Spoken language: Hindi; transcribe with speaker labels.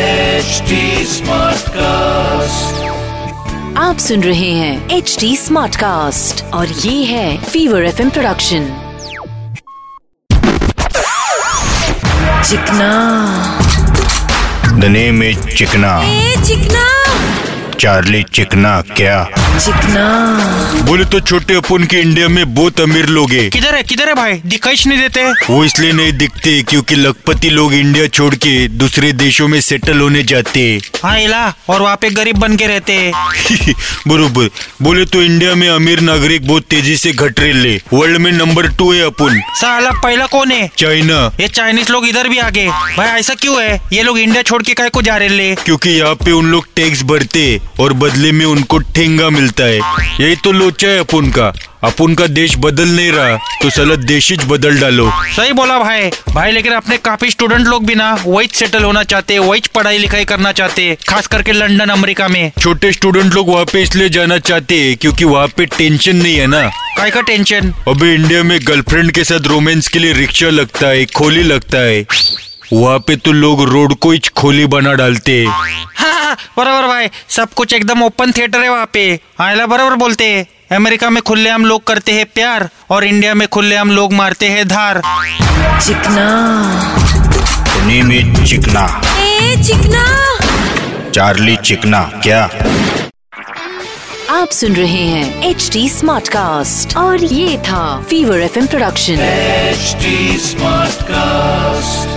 Speaker 1: HD Smartcast.
Speaker 2: आप सुन रहे हैं एच डी स्मार्ट कास्ट और ये है फीवर एफ प्रोडक्शन चिकना
Speaker 3: The name is चिकना
Speaker 2: ए चिकना
Speaker 3: चार्ली चिकना क्या
Speaker 2: चिकना
Speaker 3: बोले तो छोटे अपन के इंडिया में बहुत अमीर लोग हैं
Speaker 4: किधर है किधर है भाई दिखाई नहीं देते
Speaker 3: वो इसलिए नहीं दिखते क्योंकि लखपति लोग इंडिया छोड़ के दूसरे देशों में सेटल होने जाते हैं।
Speaker 4: हाँ इला और वहाँ पे गरीब बन के रहते
Speaker 3: बरोबर बोले तो इंडिया में अमीर नागरिक बहुत तेजी से घट रहे ले वर्ल्ड में नंबर टू है अपन
Speaker 4: साला पहला कौन है
Speaker 3: चाइना
Speaker 4: ये चाइनीज लोग इधर भी आ गए भाई ऐसा क्यों है ये लोग इंडिया छोड़ के काय को जा रहे ले
Speaker 3: क्योंकि यहाँ पे उन लोग टैक्स भरते हैं और बदले में उनको ठेंगा मिलता है यही तो लोचा है अपन का अपन का देश बदल नहीं रहा तो सलत देश ही बदल डालो
Speaker 4: सही बोला भाई भाई लेकिन अपने काफी स्टूडेंट लोग भी ना वही सेटल होना चाहते वही पढ़ाई लिखाई करना चाहते खास करके लंदन अमेरिका में
Speaker 3: छोटे स्टूडेंट लोग वहाँ पे इसलिए जाना चाहते हैं क्योंकि वहाँ पे टेंशन नहीं है ना
Speaker 4: काय का टेंशन
Speaker 3: अबे इंडिया में गर्लफ्रेंड के साथ रोमांस के लिए रिक्शा लगता है खोली लगता है वहाँ पे तो लोग रोड को ही खोली बना डालते हैं
Speaker 4: हाँ हाँ, बराबर भाई सब कुछ एकदम ओपन थिएटर है वहाँ पे हाँ इला बराबर बोलते हैं अमेरिका में खुलेआम लोग करते हैं प्यार और इंडिया में खुलेआम लोग मारते हैं धार
Speaker 2: चिकना
Speaker 3: में चिकना
Speaker 2: ए चिकना
Speaker 3: चार्ली चिकना क्या
Speaker 2: आप सुन रहे हैं एच डी स्मार्ट कास्ट और ये था Fever F production
Speaker 1: HD Smartcast.